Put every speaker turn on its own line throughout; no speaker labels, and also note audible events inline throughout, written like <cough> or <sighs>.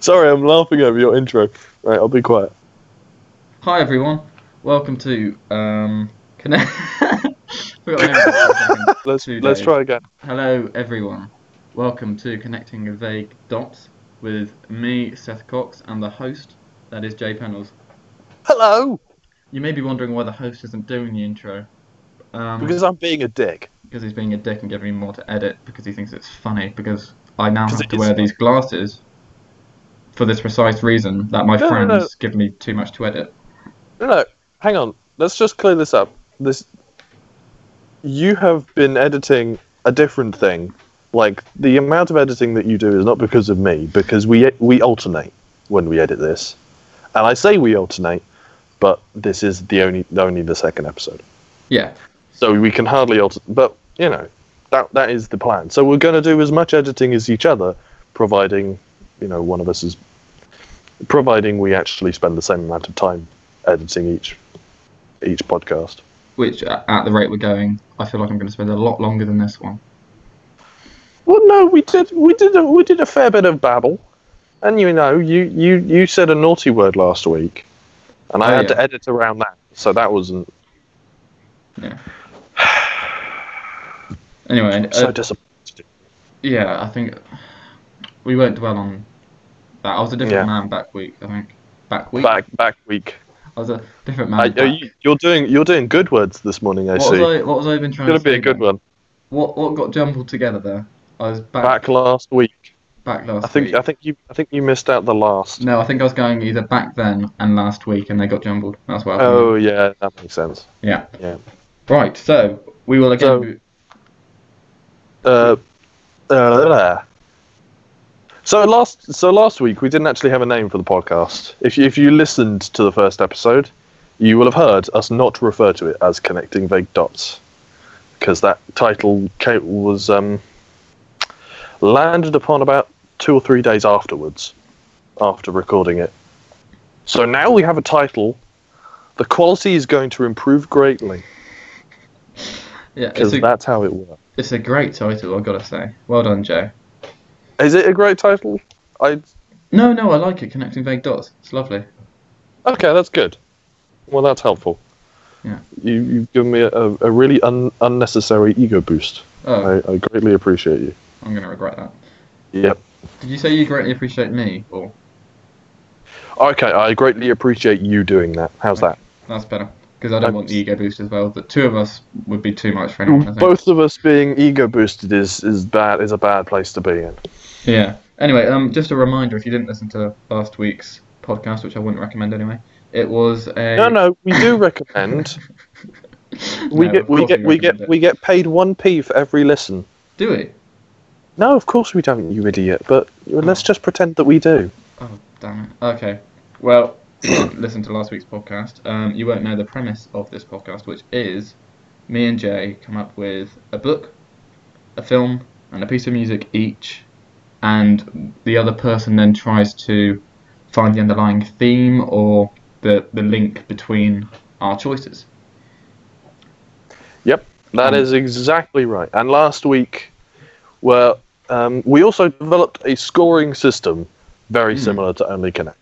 Sorry, I'm laughing over your intro. Right, I'll be quiet.
Hi everyone, welcome to um. Connect. <laughs> Forgot my name for a second.
Let's
Two
let's
days.
try again.
Hello everyone, welcome to connecting the vague dots with me, Seth Cox, and the host, that is Jay Panels.
Hello,
You may be wondering why the host isn't doing the intro. Um,
because I'm being a dick.
because he's being a dick and giving me more to edit because he thinks it's funny because I now
'Cause
have
it
to
is
wear
funny.
these glasses for this precise reason that my
No, no,
friends
no.
give me too much to edit.
No, no, hang on. Let's just clear this up. This, you have been editing a different thing. Like the amount of editing that you do is not because of me, because we we alternate when we edit this, and I say we alternate, but this is the only only the second episode.
Yeah,
so we can hardly alter. But you know, that that is the plan. So we're going to do as much editing as each other, providing you know one of us is, providing we actually spend the same amount of time editing each each podcast.
which a- at the rate we're going, I feel like I'm going to spend a lot longer than this one.
Well, no, we did we did a, we did a fair bit of babble, and you know you you you said a naughty word last week, and I
Oh,
had to
yeah.
edit around that. So that wasn't
Yeah. Anyway, uh,
so disappointing.
yeah, I think we won't dwell on that. I was a
Yeah.
different man back week. I think back week.
Back back week.
I was a different man.
Uh,
back.
you, you're doing you're doing good words this morning. I
what,
see.
was I, what was I even trying
Gonna
to
be a
say
good
then?
one.
What what got jumbled together there? I was back back,
back last week.
last
I think
week.
I think you I think you missed out the last.
No, I think I was going either back then and last week, and they got jumbled. That's what happened.
Oh yeah, that makes sense.
yeah.
yeah.
Right, so we will again.
So-
be-
Uh, uh, so last so last week we didn't actually have a name for the podcast. If you, if you listened to the first episode, you will have heard us not refer to it as connecting vague dots, because that title ca- was um, landed upon about two or three days afterwards, after recording it. So now we have a title. The quality is going to improve greatly
yeah, it's
because
a,
that's how it works.
it's a great title, I've got to say. Well done, Joe.
Is it a great title? I
No, no, I like it, Connecting Vague Dots. It's lovely.
okay, that's good. Well, that's helpful.
Yeah.
You, you've given me a, a really un, unnecessary ego boost.
Oh,
I, I greatly appreciate you.
I'm going to regret that.
Yep.
Did you say you greatly appreciate me? Oh, Or
Okay, I greatly appreciate you doing that. How's that?
That's better. Because I don't want the ego boost as well. The two of us would be too much for anyone, I think.
Both of us being ego boosted is is bad is a bad place to be in.
Yeah. Anyway, um, just a reminder if you didn't listen to last week's podcast, which I wouldn't recommend anyway, it was a.
No, no, we do
<laughs>
recommend. We
No,
get
of
we
course
get we
recommend
get
it.
we get paid one p for every listen.
Do we?
No, of course we don't, you idiot. But let's just pretend that we do.
Oh, damn it. Okay. Well, <coughs> if you didn't listen to last week's podcast. Um, you won't know the premise of this podcast, which is me and Jay come up with a book, a film, and a piece of music each, and the other person then tries to find the underlying theme or the, the link between our choices.
Yep, that
Um,
is exactly right. And last week, well, um, we also developed a scoring system very
Hmm.
similar to Only Connect.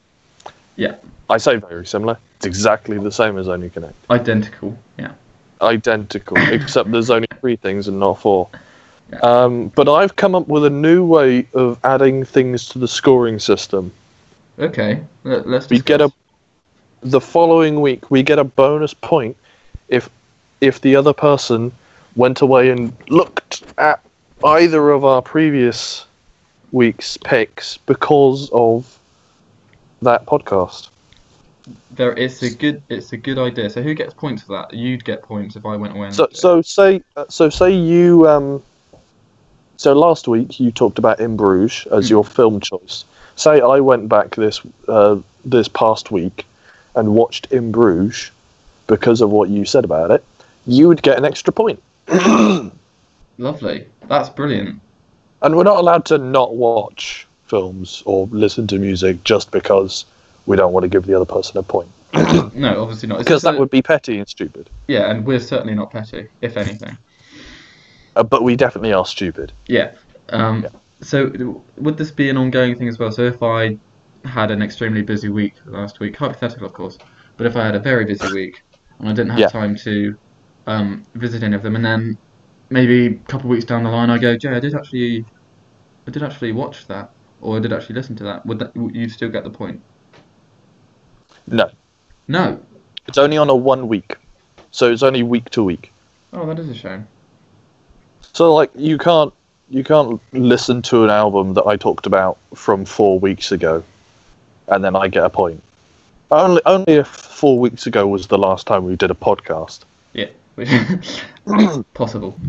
Yeah.
I say very similar. It's exactly the same as Only Connect.
Identical. Yeah. <coughs>
Identical, except there's only three things and not four.
Yeah.
Um, but I've come up with a new way of adding things to the scoring system.
Okay. Let, us
We get a the following week we get a bonus point if if the other person went away and looked at either of our previous week's picks because of that podcast.
There is a good. It's a good idea. So who gets points for that? You'd get points if I went away. And
So so say uh, so say you um so last week you talked about In Bruges as
Mm.
your film choice. Say I went back this uh, this past week and watched In Bruges because of what you said about it. You would get an extra point,
Lovely. That's brilliant.
and we're not allowed to not watch films or listen to music just because we don't want to give the other person a point
No, obviously not.
because
It's just
that
a-
would be petty and stupid.
Yeah, and we're certainly not petty, if anything.
Uh, but we definitely are stupid.
Yeah. Um, so would this be an ongoing thing as well? So if I had an extremely busy week last week, hypothetical of course, but if I had a very busy week and I didn't have
Yeah.
time to um, visit any of them, and then maybe a couple of weeks down the line I go, Jay, I did actually, I did actually watch that, or I did actually listen to that. Would that would you still get the point?
No,
No.
it's only on a one week, so it's only week to week.
Oh, that is a shame.
So like you can't you can't listen to an album that I talked about from four weeks ago, and then I get a point. Only only if four weeks ago was the last time we did a podcast.
Yeah. <laughs> Which possible.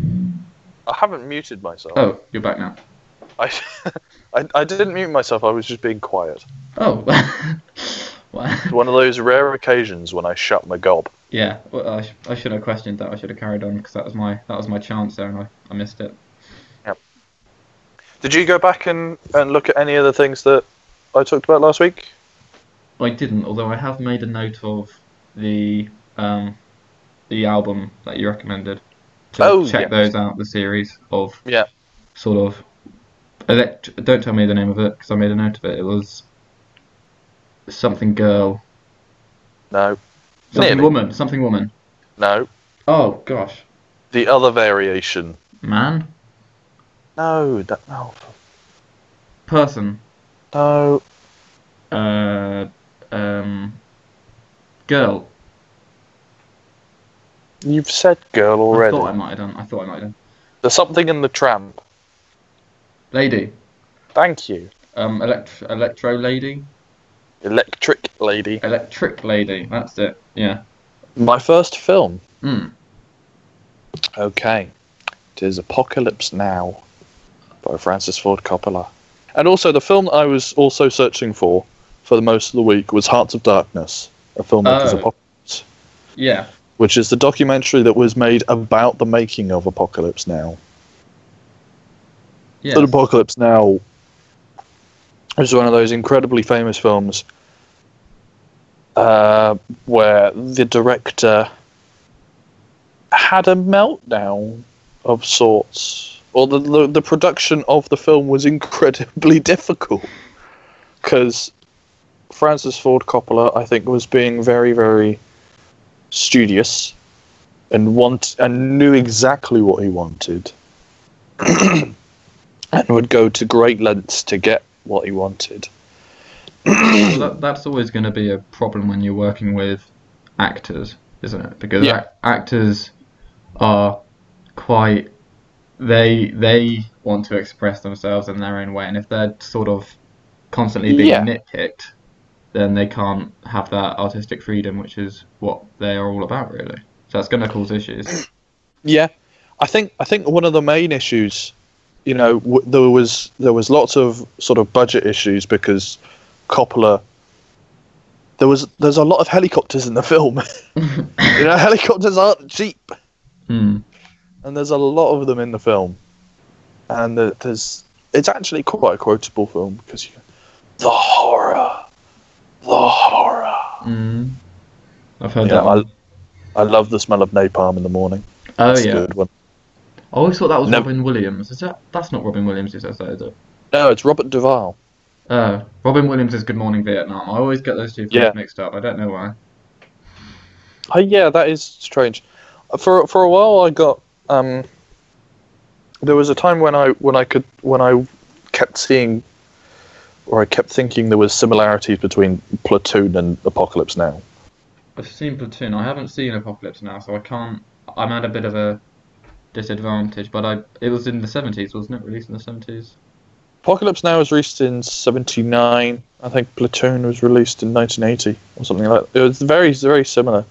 I haven't muted myself.
Oh, you're back now.
<laughs> I, I I didn't mute myself. I was just being quiet.
Oh. <laughs> wow.
One of those rare occasions when I shut my gob.
<laughs> Yeah, well, I, sh- I should have questioned that. I should have carried on because that was my that was my chance there, and I, I missed it.
Did you go back and, and look at any of the things that I talked about last week?
I didn't, although I have made a note of the um, the album that you recommended to
Oh, yes.
check those out. The series of
Yeah.
sort of. Elect- don't tell me the name of it because I made a note of it. It was something girl,
No.
something
Nearly.
woman, something woman.
No.
Oh gosh,
The other variation.
man,
No. That, no.
person,
No.
uh, um, girl.
You've said girl already.
I thought I might have done. I thought I might have done.
There's something in the tramp.
Lady.
Thank you.
Um, elect- electro lady.
Electric Lady.
Electric lady. That's it. Yeah.
My first film.
Mm.
Okay. It is Apocalypse Now by Francis Ford Coppola. And also, the film I was also searching for for the most of the week was Hearts of Darkness, a filmmaker's
Oh.
apocalypse,
Yeah.
which is the documentary that was made about the making of Apocalypse Now.
Yeah.
But Apocalypse Now is one of those incredibly famous films uh, where the director had a meltdown of sorts, or the, the, the production of the film was incredibly <laughs> difficult because Francis Ford Coppola, I think, was being very, very studious and want and knew exactly what he wanted and would go to great lengths to get what he wanted.
Well,
Hmm.
that, that's always going to be a problem when you're working with actors, isn't it? Because
Yeah.
ac- actors are quite they they want to express themselves in their own way, and if they're sort of constantly being
Yeah.
nitpicked, then they can't have that artistic freedom, which is what they are all about, really. So that's going to
<clears throat>
cause issues.
Yeah, I think I think one of the main issues, you know, w- there was there was lots of sort of budget issues because Coppola. There was there's a lot of helicopters in the film. <laughs> you know, helicopters aren't cheap,
Hmm.
and there's a lot of them in the film, and the, there's it's actually quite a quotable film because you, the horror, the horror.
Mm. I've heard
Yeah,
that. One.
I love the smell of napalm in the morning.
oh
That's
yeah.
a good one.
I always thought that was
No.
Robin Williams. Is that? That's not Robin Williams. Is that? Is it?
No, it's Robert Duvall.
Uh, Robin Williams is Good Morning Vietnam. I always get those two films
Yeah.
mixed up. I don't know why.
Oh, yeah, that is strange. Uh, For for a while, I got um. There was a time when I when I could when I kept seeing, or I kept thinking there was similarities between Platoon and Apocalypse Now.
I've seen Platoon. I haven't seen Apocalypse Now, so I can't. I'm at a bit of a disadvantage. But I, it was in the 70s, wasn't it? Released in the 70s.
Apocalypse Now was released in '79. I think Platoon was released in 1980 or something like that. It was very very similar,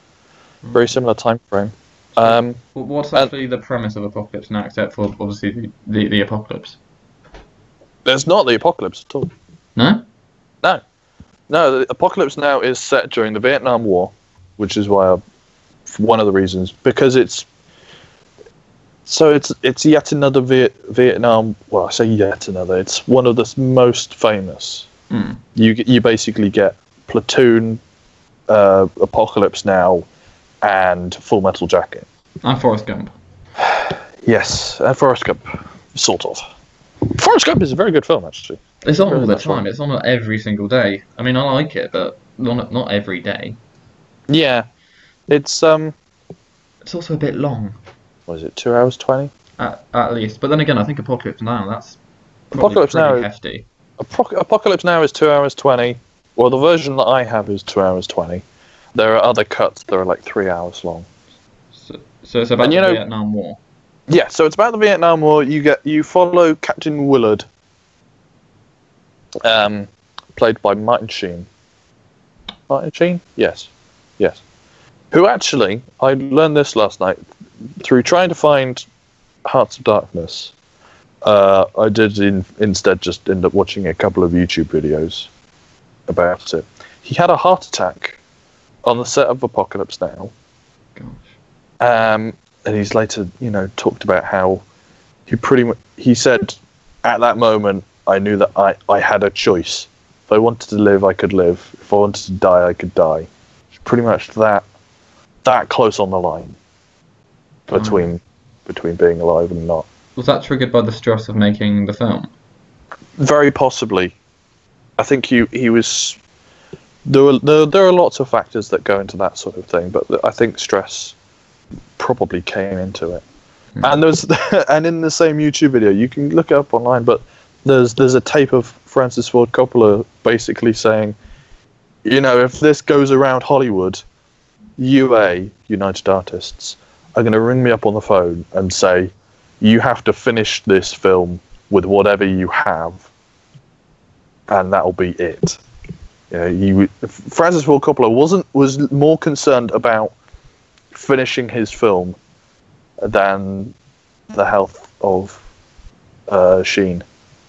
very similar time frame. Um,
Wh- What's
Uh,
actually the premise of Apocalypse Now, except for obviously the, the, the apocalypse?
it's not the apocalypse at all.
No.
No, the Apocalypse Now is set during the Vietnam War, which is why I, one of the reasons because it's so it's it's yet another Viet, Vietnam. Well, I say yet another. It's one of the s- most famous.
Hmm.
You g- you basically get Platoon, uh, Apocalypse Now, and Full Metal Jacket.
I'm Forrest Gump.
uh, Yes, and Forrest Gump, sort of. Forrest Gump is a very good film, actually.
It's on
Really
all the
much fun.
time. It's on every single day. I mean, I like it, but not not every day.
Yeah, it's um,
It's also a bit long,
what is it? Two hours twenty.
at, at least. But then again, I think Apocalypse Now. That's probably
Apocalypse
pretty
Now-
hefty.
Apoc- Apocalypse Now is two hours twenty. Well, the version that I have is two hours twenty. There are other cuts that are like three hours long.
So, so it's about
And you
the
know-
Vietnam War.
Yeah, so it's about the Vietnam War. You get you follow Captain Willard, um, played by Martin Sheen. Martin Sheen, yes, yes. Who actually? I learned this last night through trying to find Hearts of Darkness. Uh, I did in, instead just end up watching a couple of YouTube videos about it. He had a heart attack on the set of Apocalypse Now.
Gosh.
Um, and he's later, you know, talked about how he pretty much he said at that moment I knew that I, I had a choice. If I wanted to live, I could live. If I wanted to die, I could die. It's pretty much that that close on the line between between being alive and not.
Was that triggered by the stress of making the film?
Very possibly, I think he he was. There were there, there are lots of factors that go into that sort of thing, but I think stress probably came into it. And there's <laughs> and in the same YouTube video, you can look it up online, but there's there's a tape of Francis Ford Coppola basically saying, you know, if this goes around Hollywood, UA United Artists are going to ring me up on the phone and say, you have to finish this film with whatever you have, and that'll be it. You know, you, Francis Ford Coppola wasn't was more concerned about finishing his film than the health of uh, Sheen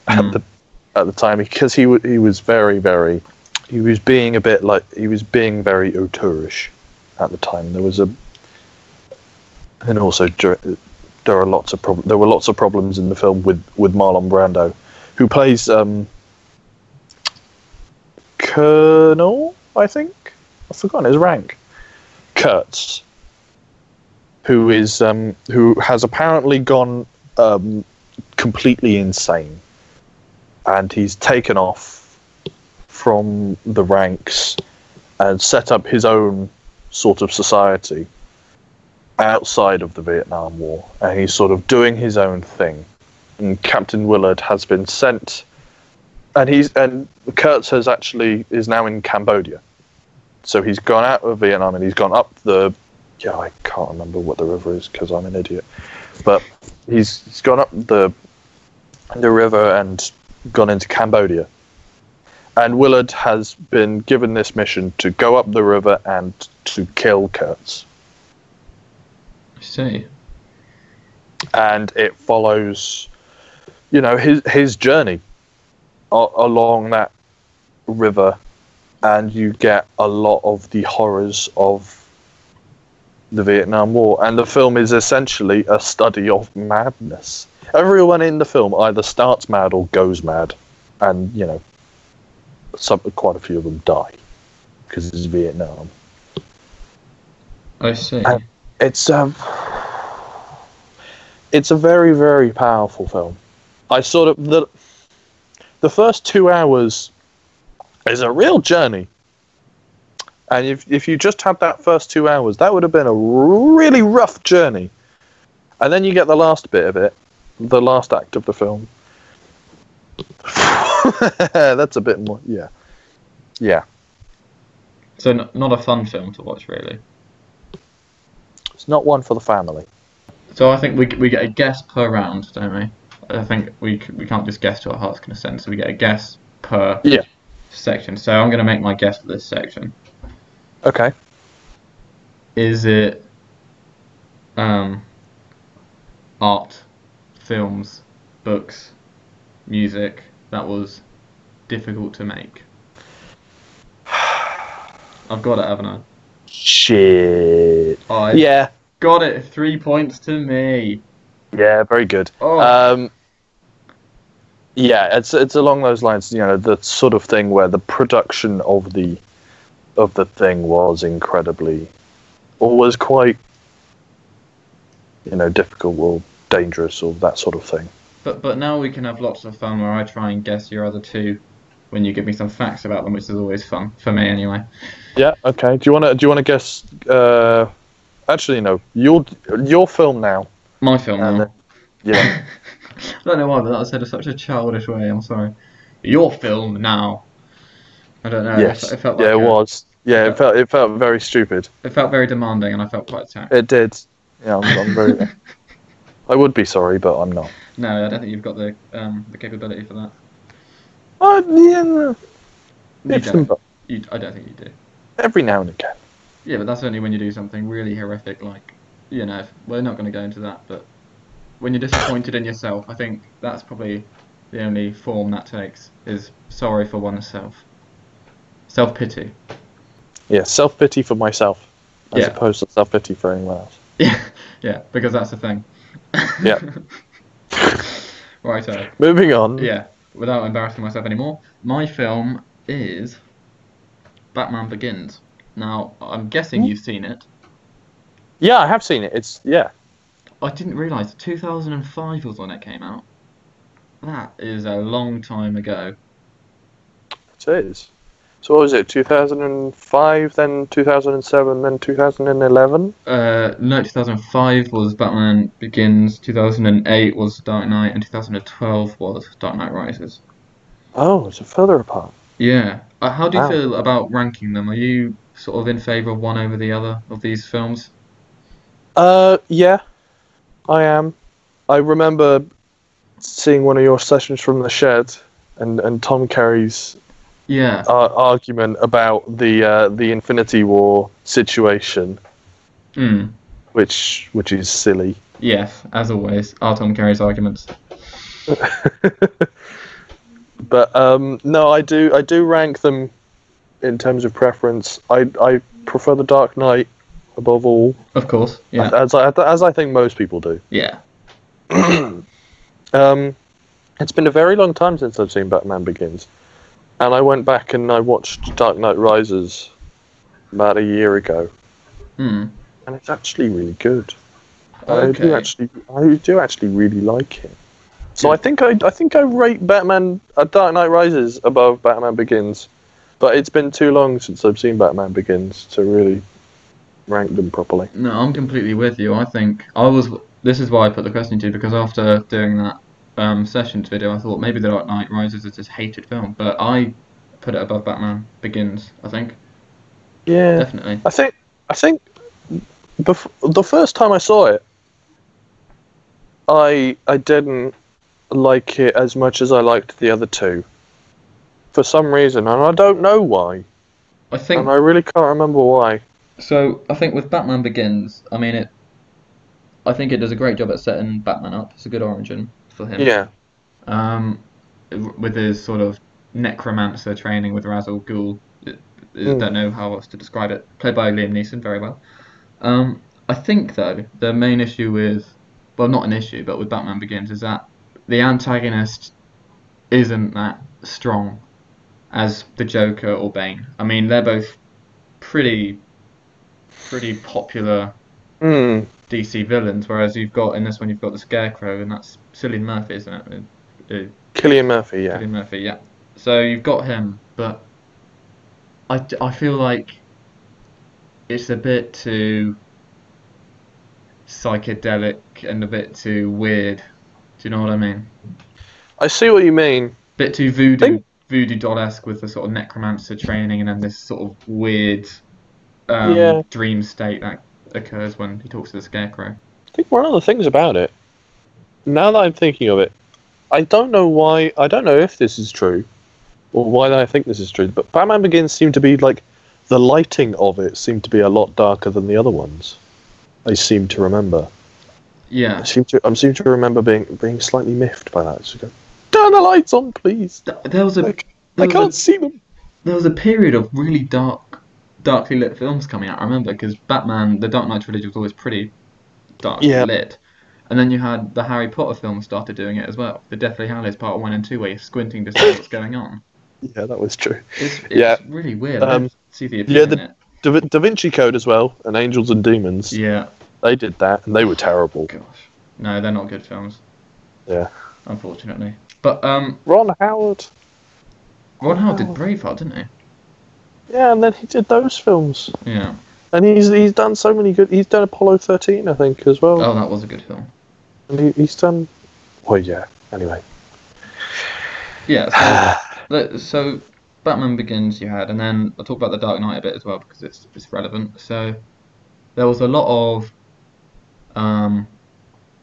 Mm.
at the at the time because he wa- he was very very he was being a bit like he was being very auteurish at the time. There was a and also dur- there are lots of prob- there were lots of problems in the film with with Marlon Brando, who plays um, Colonel, I think I've forgotten his rank, Kurtz, who is um, who has apparently gone um, completely insane, and he's taken off from the ranks and set up his own sort of society outside of the Vietnam War, and he's sort of doing his own thing. And Captain Willard has been sent, and he's and Kurtz has actually is now in Cambodia, so he's gone out of Vietnam and he's gone up the. Yeah, I can't remember what the river is because I'm an idiot, but he's he's gone up the the river and gone into Cambodia. And Willard has been given this mission to go up the river and to kill Kurtz.
I see.
and it follows, you know, his his journey a- along that river, and you get a lot of the horrors of the Vietnam War. And the film is essentially a study of madness. Everyone in the film either starts mad or goes mad, and you know, some quite a few of them die because it's Vietnam
I see.
And- it's um it's a very very powerful film i sort of the the first two hours is a real journey and if, if you just had that first two hours that would have been a really rough journey and then you get the last bit of it the last act of the film <laughs> that's a bit more yeah yeah
so n- not a fun film to watch, really.
it's not one for the family
So I think we, we get a guess per round, don't we? I think we c- we can't just guess to our heart's consent, so we get a guess per
Yeah.
section. So I'm going to make my guess for this section.
okay
Is it um, art, films, books, music that was difficult to make? <sighs> I've got it, haven't I? Oh,
shit
I
yeah
got it. Three points to me.
Yeah, very good.
Oh.
Um, yeah, it's it's along those lines. You know, the sort of thing where the production of the of the thing was incredibly, or was quite, you know, difficult or dangerous or that sort of thing.
But but now we can have lots of fun where I try and guess your other two when you give me some facts about them, which is always fun for me anyway.
Yeah. Okay. Do you want to? Do you want to guess? Uh, actually, no. Your your film now.
My film.
And
now.
then- <laughs> yeah.
I don't know why, but that was said in such a childish way. I'm sorry. Your film now. I don't know. it
yes.
fe- It felt like
yeah. Uh, It
a-
was. Yeah.
Yeah.
It felt. It felt very stupid.
It felt very demanding, and I felt quite attacked.
It did. Yeah. I'm, I'm <laughs> very. I would be sorry, but I'm not.
No, I don't think you've got the um, the capability for that.
Uh, yeah,
You
if-
don't. You, I don't think you do.
every now and again.
Yeah, but that's only when you do something really horrific, like you know. if- We're not going to go into that, but when you're disappointed in yourself, I think that's probably the only form that takes is sorry for oneself, self pity.
Yeah. Self pity for myself, as
Yeah.
opposed to self pity for anyone else.
Yeah, <laughs> yeah, because that's the thing.
Yeah.
<laughs> Righto.
<laughs> Moving on.
Yeah, without embarrassing myself anymore, my film is Batman Begins. Now, I'm guessing you've seen it.
Yeah, I have seen it. It's yeah.
I didn't realise 2005 was when it came out. That is a long time ago.
It is. So what was it? 2005, then 2007, then 2011.
Uh, no, 2005 was Batman Begins, 2008 was Dark Knight, and 2012 was Dark Knight Rises.
Oh, it's a further apart.
Yeah. Uh, how do you
Wow.
feel about ranking them? Are you sort of in favour of one over the other of these films?
Uh, yeah, I am. I remember seeing one of your sessions from the shed, and, and Tom Carey's
Yeah.
uh, argument about the uh, the Infinity War situation,
Mm.
which which is silly.
Yes, as always, are Tom Carey's arguments.
But um, no, I do I do rank them in terms of preference. I I prefer the Dark Knight above all.
Of course. Yeah.
as I, as I think most people do.
Yeah.
Um, it's been a very long time since I've seen Batman Begins, and I went back and I watched Dark Knight Rises about a year ago,
Mm.
and it's actually really good. I Uh, do
Okay.
actually, I do actually really like it. So
Yeah.
I think I, I think I rate Batman uh, Dark Knight Rises above Batman Begins, but it's been too long since I've seen Batman Begins to really rank them properly.
No, I'm completely with you. I think I was. This is why I put the question to you because after doing that um, sessions video, I thought maybe The Dark Knight Rises is this hated film, but I put it above Batman Begins. I think
Yeah.
definitely.
I think I think bef- the first time I saw it, I I didn't like it as much as I liked the other two. For some reason, and I don't know why,
I think
and I really can't remember why.
So I think with Batman Begins, I mean it. I think it does a great job at setting Batman up. It's a good origin for him.
Yeah,
Um, with his sort of necromancer training with Ra's al Ghul, I
Mm.
don't know how else to describe it. Played by Liam Neeson, very well. Um, I think though the main issue with, well, not an issue, but with Batman Begins is that the antagonist isn't that strong as the Joker or Bane. I mean, they're both pretty, pretty popular
mm,
DC villains, whereas you've got in this one you've got the Scarecrow, and that's Cillian Murphy, isn't it? Uh,
Killian Murphy. Yeah,
Cillian Murphy, yeah. So you've got him, but I, d- I feel like it's a bit too psychedelic and a bit too weird. Do you know what I mean?
I see what you mean.
Bit too voodoo,
Think-
voodoo doll-esque with the sort of necromancer training and then this sort of weird um,
Yeah.
dream state that occurs when he talks to the Scarecrow.
I think one of the things about it, now that I'm thinking of it, I don't know why. I don't know if this is true, or why I think this is true. But Batman Begins seemed to be like the lighting of it seemed to be a lot darker than the other ones. I seem to remember. I
Yeah.
seem to. I seem to remember being being slightly miffed by that. Just go, turn the lights on, please.
Th- There was a
Like, I
there was a-
can't see them.
there was a period of really dark, darkly lit films coming out. I remember because Batman, the Dark Knight trilogy was always pretty darkly
Yeah.
lit, and then you had the Harry Potter films started doing it as well. The Deathly Hallows Part One and Two, where you're squinting to see
<laughs>
what's going on.
Yeah, that was true.
It's, it's
Yeah.
really weird. I
Um,
don't see the appeal
yeah,
in
the-
it.
Da, Vin- da Vinci Code as well, and Angels and Demons.
Yeah,
They did that, and they were terrible.
gosh, no, they're not good films.
Yeah.
unfortunately. But um,
Ron Howard.
Ron Howard did
Wow.
Braveheart, didn't
Yeah, and then he did those films,
he? Yeah.
and he's he's done so many good. He's done Apollo thirteen, I think, as well.
Oh, that was a good film.
And he, he's done. Well, yeah. Anyway, <sighs>
Yeah. So, the- so Batman Begins you had, and then I'll talk about the Dark Knight a bit as well because it's it's relevant. So there was a lot of um,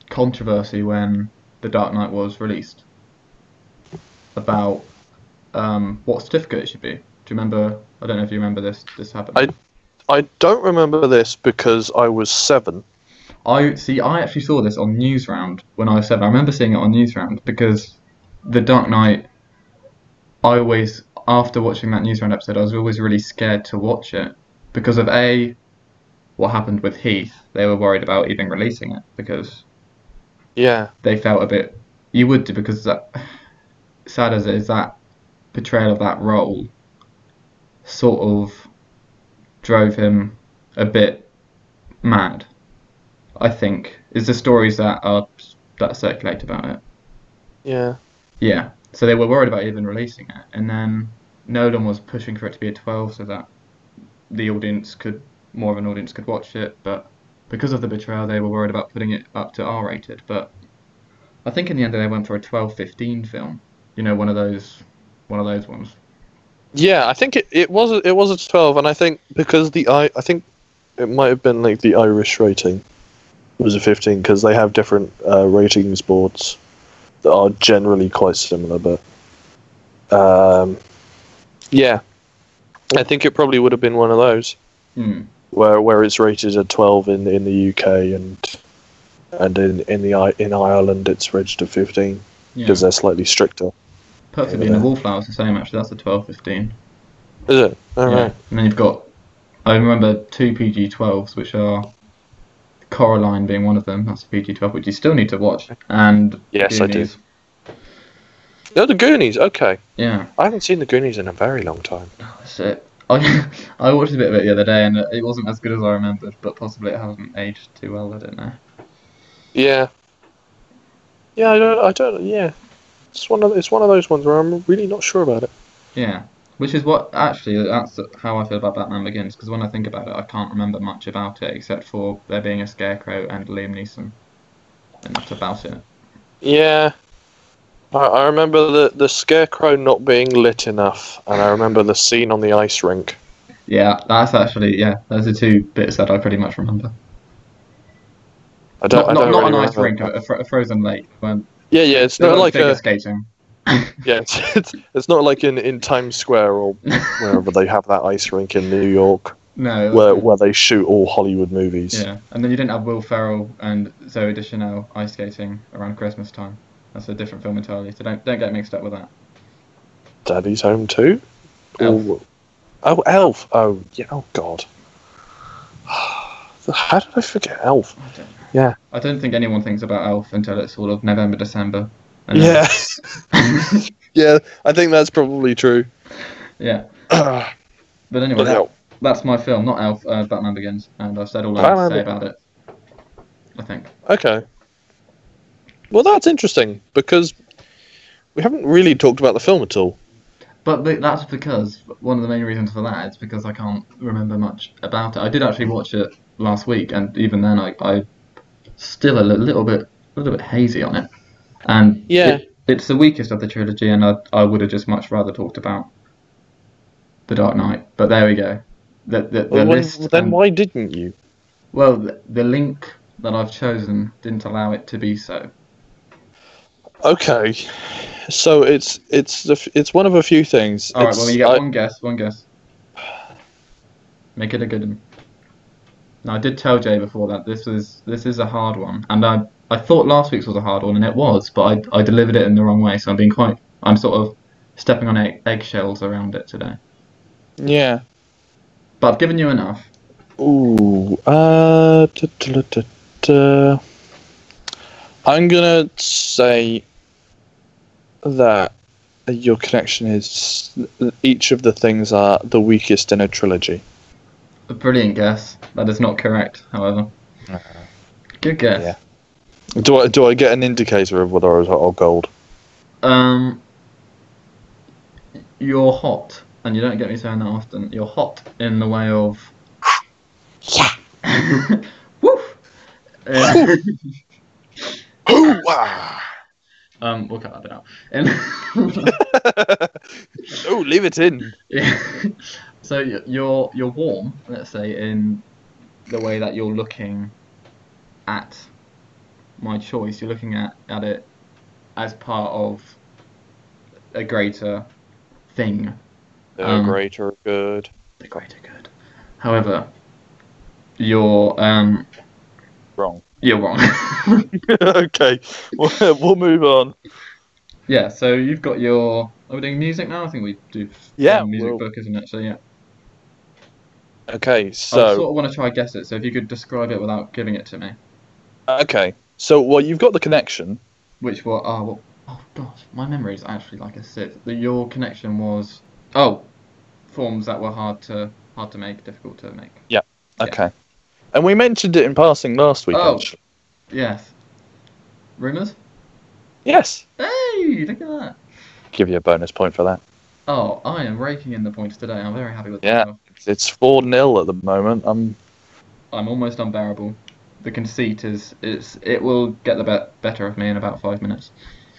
controversy when the Dark Knight was released about um, what certificate it should be. Do you remember? I don't know if you remember this. This happened.
I- I don't remember this because I was seven.
I see. I actually saw this on Newsround when I was seven. I remember seeing it on Newsround because the Dark Knight. I always, after watching that Newsround episode, I was always really scared to watch it because of a, what happened with Heath. They were worried about even releasing it because
Yeah,
they felt a bit. You would do because that, sad as it is, that portrayal of that role sort of drove him a bit mad. I think is the stories that are that circulate about it.
yeah.
Yeah, so they were worried about even releasing it, and then Nolan was pushing for it to be a 12 so that the audience could more of an audience could watch it, but because of the betrayal, they were worried about putting it up to R-rated. But I think in the end they went for a 12-15 film. You know, one of those, one of those ones.
Yeah, I think it, it was a- it was a twelve, and I think because the I I think it might have been like the Irish rating was a fifteen because they have different uh, ratings boards that are generally quite similar, but um, yeah, I think it probably would have been one of those
Hmm.
where where it's rated at twelve in in the UK and and in in the I- in Ireland it's rated at fifteen
Yeah.
because they're slightly stricter.
Perfectly in the Wallflowers the same actually. That's a 12-15.
Is it? All
Yeah.
right.
And then you've got, I remember two PG-12s, which are Coraline being one of them. That's a PG-12, which you still need to watch. And
Yes, I do.
Goonies.
Oh, the Goonies. Okay.
Yeah,
I haven't seen the Goonies in a very long time.
that's it. <laughs> I I watched a bit of it the other day, and it wasn't as good as I remembered, but possibly it hasn't aged too well. I don't know.
Yeah. Yeah, I don't. I don't. Yeah, it's one of it's one of those ones where I'm really not sure about it.
Yeah, which is what actually that's how I feel about Batman Begins because when I think about it, I can't remember much about it except for there being a scarecrow and Liam Neeson, and that's about it.
Yeah. I, I remember the the scarecrow not being lit enough, and I remember the scene on the ice rink.
Yeah, that's actually yeah. Those are two bits that I pretty much remember.
I don't.
not
I
not,
don't
not
really
an ice
remember.
rink, a, fro- a frozen lake. When
Yeah, yeah. It's
they
not
were
like
figure
a,
<laughs> skating.
yeah. <laughs> It's, it's it's not like in in Times Square or wherever they have that ice rink in New York,
No, it was-
where where they shoot all Hollywood movies.
Yeah, and then you didn't have Will Ferrell and Zoe Deschanel ice skating around Christmas time. That's a different film entirely, so don't don't get mixed up with that.
Daddy's Home too.
Elf.
Or- oh, Elf. Oh, yeah. Oh, God. <sighs> How did I forget Elf?
I don't think anyone thinks about Elf until it's all of November, December. And then-
Yeah. <laughs> yeah, I think that's probably <clears throat> true.
<laughs> yeah.
Ah,
But anyway,
Bloody
that,
hell.
that's my film, not Elf. Uh, Batman Begins, and I've said all I
Batman
have to say
Begins.
about it. I think.
Okay. Well, that's interesting because we haven't really talked about the film at all.
But th- that's because one of the main reasons for that is because I can't remember much about it. I did actually watch it last week, and even then, I I still a li- little bit a little bit hazy on it. And
Yeah.
it, it's the weakest of the trilogy, and I I would have just much rather talked about the Dark Knight. But there we go. The the, the
Well,
list. um,
then
and-
why didn't you?
Well, the, the link that I've chosen didn't allow it to be so.
Okay. So it's it's the f- it's one of a few things.
All right.
It's-
Well, you get
I-
one guess. One guess. Make it a good one. Now, I did tell Jay before that this was this is a hard one, and I I thought last week's was a hard one, and it was, but I I delivered it in the wrong way, so I'm being quite I'm sort of stepping on egg, eggshells around it today.
yeah.
But I've given you enough.
Ooh, uh, da, da, da, da. I'm gonna say that your connection is each of the things are the weakest in a trilogy.
A brilliant guess. That is not correct, however.
Uh-huh.
Good guess.
Yeah. Do I do I get an indicator of whether I was hot or gold?
Um, you're hot, and you don't get me saying that often. You're hot in the way of. Yeah. Woof. Uh,
<laughs>
Hoo-wah!
um, we'll cut that bit out. And <laughs>
no, leave it in.
Yeah. so y- you're you're warm, let's say, in the way that you're looking at my choice. You're looking at, at it as part of a greater thing,
No
Um,
greater good.
the greater good. However, you're um
Wrong.
you're wrong.
<laughs>
<laughs>
okay, we'll, we'll move on.
yeah. So you've got your. Are we doing music now? I think we do.
Yeah,
Music
we'll-
book isn't it? So yeah.
Okay,
I
so
sort of want to try guess it. So if you could describe it without giving it to me.
Okay. So, well, you've got the connection.
which were oh, well, oh gosh, my memory is actually like a sip. That your connection was oh, forms that were hard to hard to make, difficult to make. Yeah.
Okay. And we mentioned it in passing last week,
Oh.
actually.
Yes. Rumors?
Yes.
Hey, look at that.
Give you a bonus point for that.
Oh, I am raking in the points today. I'm very happy with
Yeah.
myself.
It's 4 0 at the moment. Um, I'm
I'm almost unbearable. The conceit is it's it will get the bet better of me in about five minutes.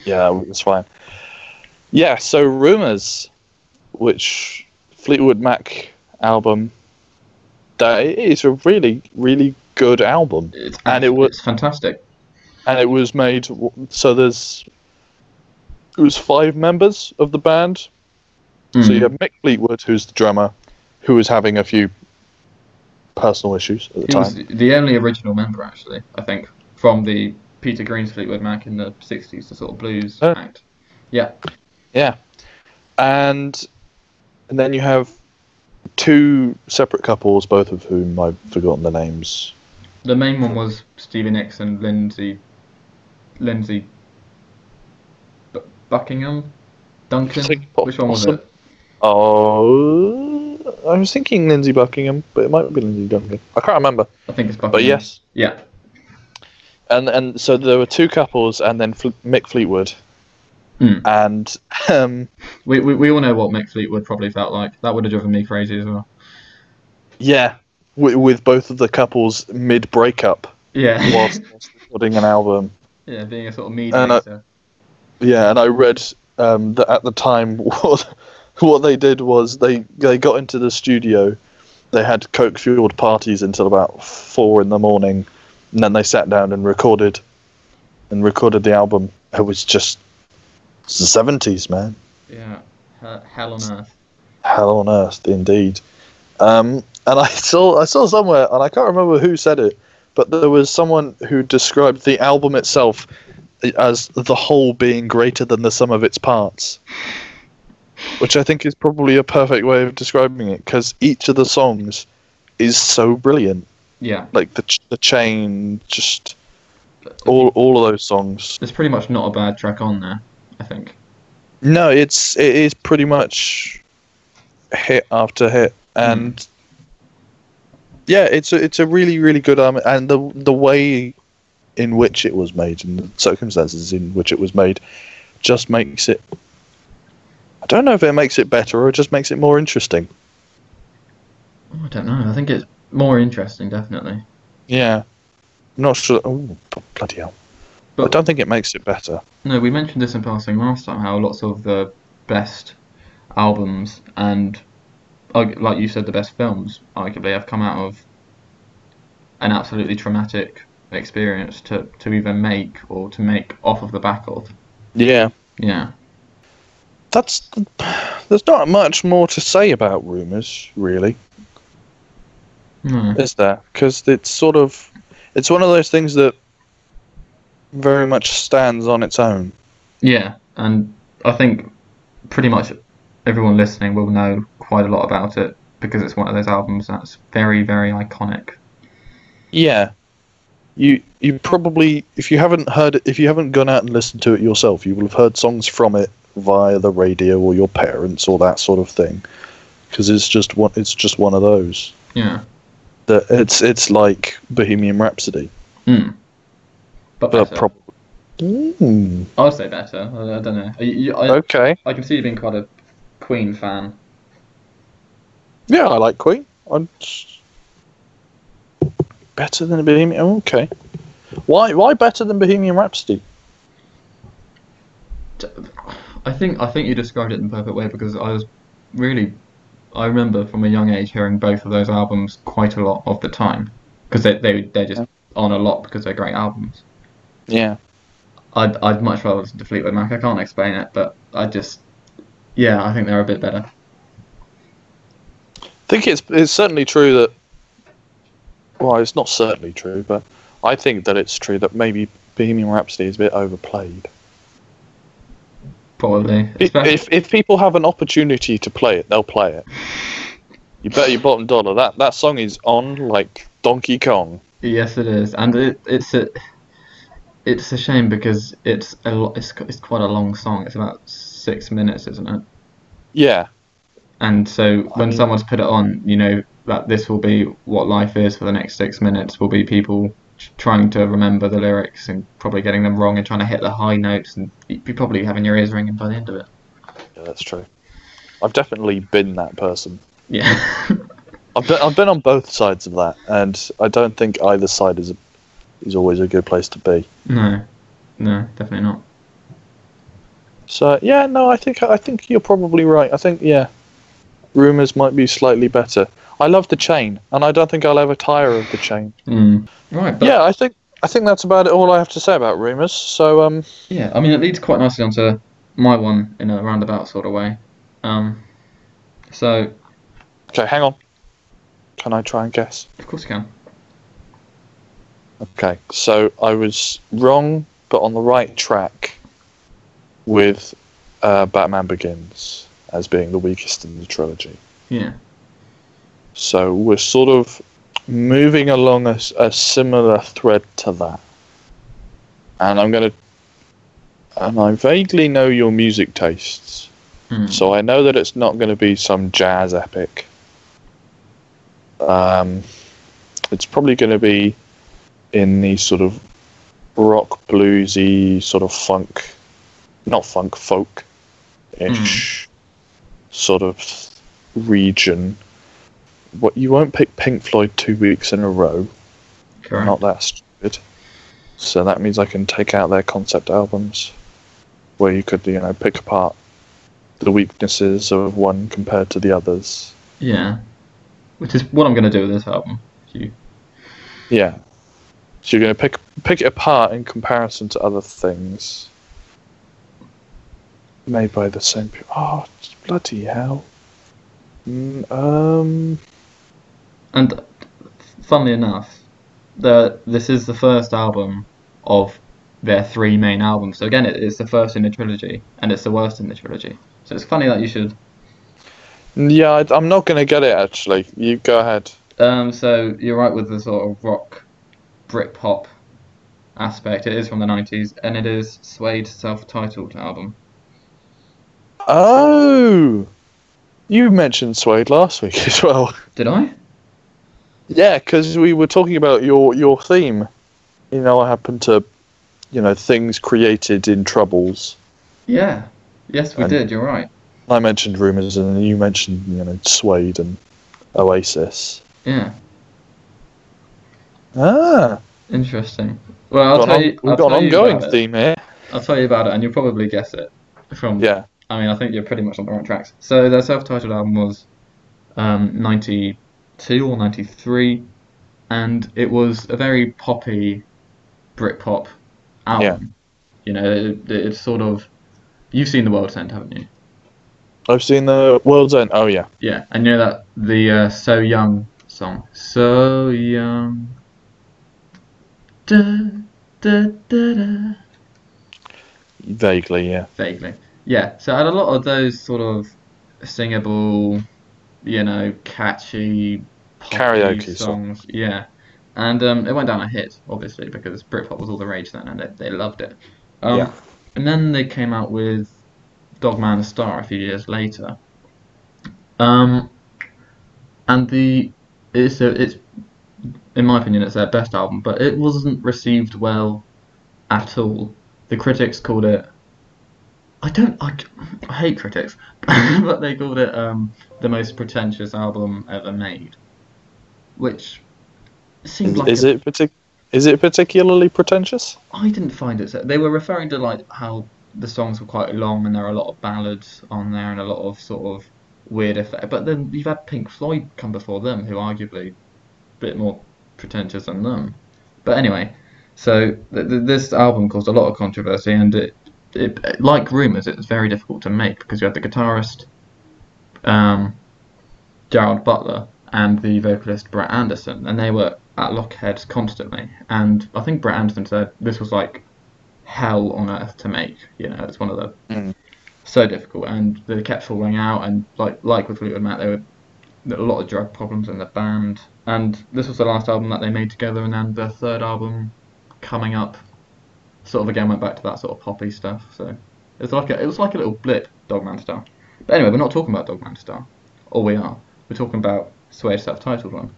Yeah, it's fine. Yeah, so Rumours, which Fleetwood Mac album, that it is a really, really good album.
It's
And it was-
it's fantastic.
And it was made, w- so there's, it was five members of the band. So
Mm.
you have Mick Fleetwood, who's the drummer, who was having a few personal issues at the
He
time.
was the only original member, actually, I think, from the Peter Green's Fleetwood Mac in the 60s, the sort of blues
Oh.
act. Yeah.
Yeah, and and then you have two separate couples, both of whom I've forgotten the names.
The main one was Stevie Nicks and Lindsay. Lindsay. B- Buckingham? Duncan?
Think pop-
Which one was
awesome.
it?
Oh, I was thinking Lindsay Buckingham, but it might be Lindsay Duncan. I can't remember.
I think it's Buckingham.
But yes,
Yeah.
and and so there were two couples, and then Fl- Mick Fleetwood,
Hmm.
and <laughs> um,
We, we, we all know what Mick Fleetwood probably felt like. That would have driven me crazy as well. <laughs>
yeah, w- with both of the couples mid breakup
Yeah.
whilst whilst recording an album.
<laughs> yeah, being a sort of
And uh, I-
mediator.
Yeah, and I read um, that at the time <laughs> what what they did was they they got into the studio, they had coke fueled parties until about four in the morning, and then they sat down and recorded, and recorded the album. It was just it's the seventies, man.
Yeah. He- Hell on earth.
Hell on earth, indeed. Um, and I <laughs> saw I saw somewhere, and I can't remember who said it, but there was someone who described the album itself as the whole being greater than the sum of its parts, which I think is probably a perfect way of describing it because each of the songs is so brilliant.
Yeah.
Like the ch- the chain, just all all of those songs.
There's pretty much not a bad track on there, I think.
No, it's it is pretty much hit after hit, and yeah, it's a, it's a really really good album, and the the way in which it was made and the circumstances in which it was made just makes it. I don't know if it makes it better or it just makes it more interesting.
Oh, I don't know. I think it's more interesting, definitely.
Yeah, I'm not sure. Oh bloody hell! I
But-
don't think it makes it better.
No, we mentioned this in passing last time. How lots of the best albums and, argu- like you said, the best films, arguably, have come out of an absolutely traumatic experience to to either make or to make off of the back of.
Yeah,
Yeah.
that's there's not much more to say about rumors really.
No.
is there? Because it's sort of, it's one of those things that very much stands on its own.
Yeah, and I think pretty much everyone listening will know quite a lot about it because it's one of those albums that's very, very iconic.
Yeah. You you probably if you haven't heard it, if you haven't gone out and listened to it yourself, you will have heard songs from it via the radio or your parents or that sort of thing. Because it's just one, it's just one of those
Yeah.
that it's it's like Bohemian Rhapsody,
Mm. But
but
better.
probably Mm,
I'd say better. I, I don't know. You- you- I,
okay.
I can see you being quite a Queen fan.
Yeah, I like Queen. I'm better than Bohemian. oh, Okay. Why? Why better than Bohemian Rhapsody?
I think I think you described it in the perfect way because I was really I remember from a young age hearing both of those albums quite a lot of the time because they they they're just on a lot because they're great albums.
Yeah.
I'd I'd much rather listen to Fleetwood Mac. I can't explain it, but I just yeah I think they're a bit better.
I think it's it's certainly true that. Well, it's not certainly true, but I think that it's true that maybe Bohemian Rhapsody is a bit overplayed.
Probably.
If,
Especially-
if if people have an opportunity to play it, they'll play it. You bet your bottom dollar that that song is on like Donkey Kong.
Yes, it is, and it, it's a it's a shame because it's a lo- it's qu- it's quite a long song. It's about six minutes, isn't it?
Yeah,
And so when
mean-
someone's put it on, you know that this will be what life is for the next six minutes. Will be people t- trying to remember the lyrics and probably getting them wrong and trying to hit the high notes and you'd be probably having your ears ringing by the end of it.
yeah, that's true. I've definitely been that person.
Yeah, <laughs>
I've been, I've been on both sides of that, and I don't think either side is a, is always a good place to be.
no, no, definitely not.
So yeah, no, I think I think you're probably right. I think yeah, rumors might be slightly better. I love the chain, and I don't think I'll ever tire of the chain.
Mm. Right, but
Hmm. yeah, I think I think that's about all I have to say about rumors. So um,
Yeah, I mean, it leads quite nicely onto my one in a roundabout sort of way. Um, so,
okay, hang on. Can I try and guess?
of course you can.
Okay, so I was wrong, but on the right track with uh, Batman Begins as being the weakest in the trilogy.
Yeah.
So we're sort of moving along a, s- a similar thread to that. And I'm going to. And I vaguely know your music tastes,
Hmm.
so I know that it's not going to be some jazz epic. Um, it's probably going to be in the sort of rock bluesy, sort of funk, not funk, folk ish sort of region. What you won't pick Pink Floyd two weeks in a row.
Correct.
Not that stupid. So that means I can take out their concept albums, where you could you know pick apart the weaknesses of one compared to the others.
Yeah. Which is what I'm going to do with this album. You-
Yeah. So you're going to pick pick it apart in comparison to other things made by the same people. Oh, bloody hell! Mm, um,
And funnily enough, the this is the first album of their three main albums. So again, it, it's the first in the trilogy, and it's the worst in the trilogy. So it's funny that you should
yeah, I, I'm not going to get it actually. You go ahead.
Um, so you're right with the sort of rock, Britpop aspect. It is from the 90s, and it is Suede's self-titled album.
Oh, you mentioned Suede last week <laughs> as well.
Did I?
Yeah, because we were talking about your your theme. You know, I happen to, you know, things created in troubles.
Yeah. Yes, we
And-
did. You're right.
I mentioned rumours, and you mentioned you know Suede and Oasis.
Yeah.
Ah,
Interesting. Well, I'll
got
tell
an-
you. I'll
we've got
tell
an
you
ongoing
about it.
theme here.
I'll tell you about it, and you'll probably guess it from.
Yeah,
I mean, I think you're pretty much on the right tracks. So their self-titled album was um, 92 or 93, and it was a very poppy Britpop album. You know, it, it- it's sort of you've seen The World's End, haven't you?
I've seen the World's End. Oh yeah,
Yeah, and you know that the uh, So Young song, So Young. Da, da, da, da.
vaguely. Yeah,
Vaguely. Yeah, so I had a lot of those sort of singable, you know, catchy poppy
Karaoke
songs. Yeah. And um, it went down a hit, obviously, because Britpop was all the rage then and they, they loved it. Um,
Yeah.
And then they came out with Dogman Star a few years later. Um, and the it's a, it's in my opinion it's their best album, but it wasn't received well at all the critics called it. I don't. I, I hate critics, <laughs> but they called it um, the most pretentious album ever made, which seemed
Is,
like
is
a-
it partic- Is it particularly pretentious?
I didn't find it. So they were referring to like how the songs were quite long and there are a lot of ballads on there and a lot of sort of weird effect. But then you've had Pink Floyd come before them, who arguably a bit more pretentious than them. But anyway, so th- th- this album caused a lot of controversy and it, it like rumors, it was very difficult to make because you had the guitarist, um, Gerald Butler and the vocalist Brett Anderson, and they were at Lockheads constantly. And I think Brett Anderson said this was like hell on earth to make. You know, it's one of the
Mm.
so difficult, and they kept falling out. And like like with Fleetwood Mac, there were there were a lot of drug problems in the band. And this was the last album that they made together, and then their third album coming up, sort of again went back to that sort of poppy stuff. So it was like a, it was like a little blip, Dogman style. But anyway, we're not talking about Dogman style, or we are. We're talking about Suede self-titled one.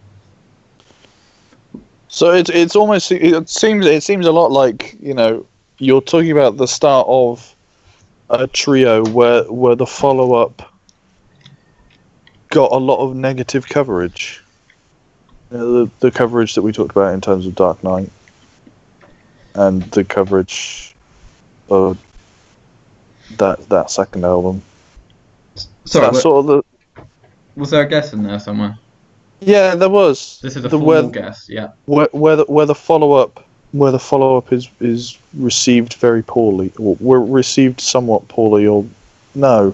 So it, it's almost it seems it seems a lot like you know you're talking about the start of a trio where where the follow up got a lot of negative coverage. You know, the the coverage that we talked about in terms of Dark Knight and the coverage of that that second album.
Sorry,
That's
wa-
sort of the
was there a guess in there somewhere?
yeah there was
This is a
the
full
where-
guess. Yeah.
where where the, where the follow up where the follow up is is received very poorly or were received somewhat poorly or no.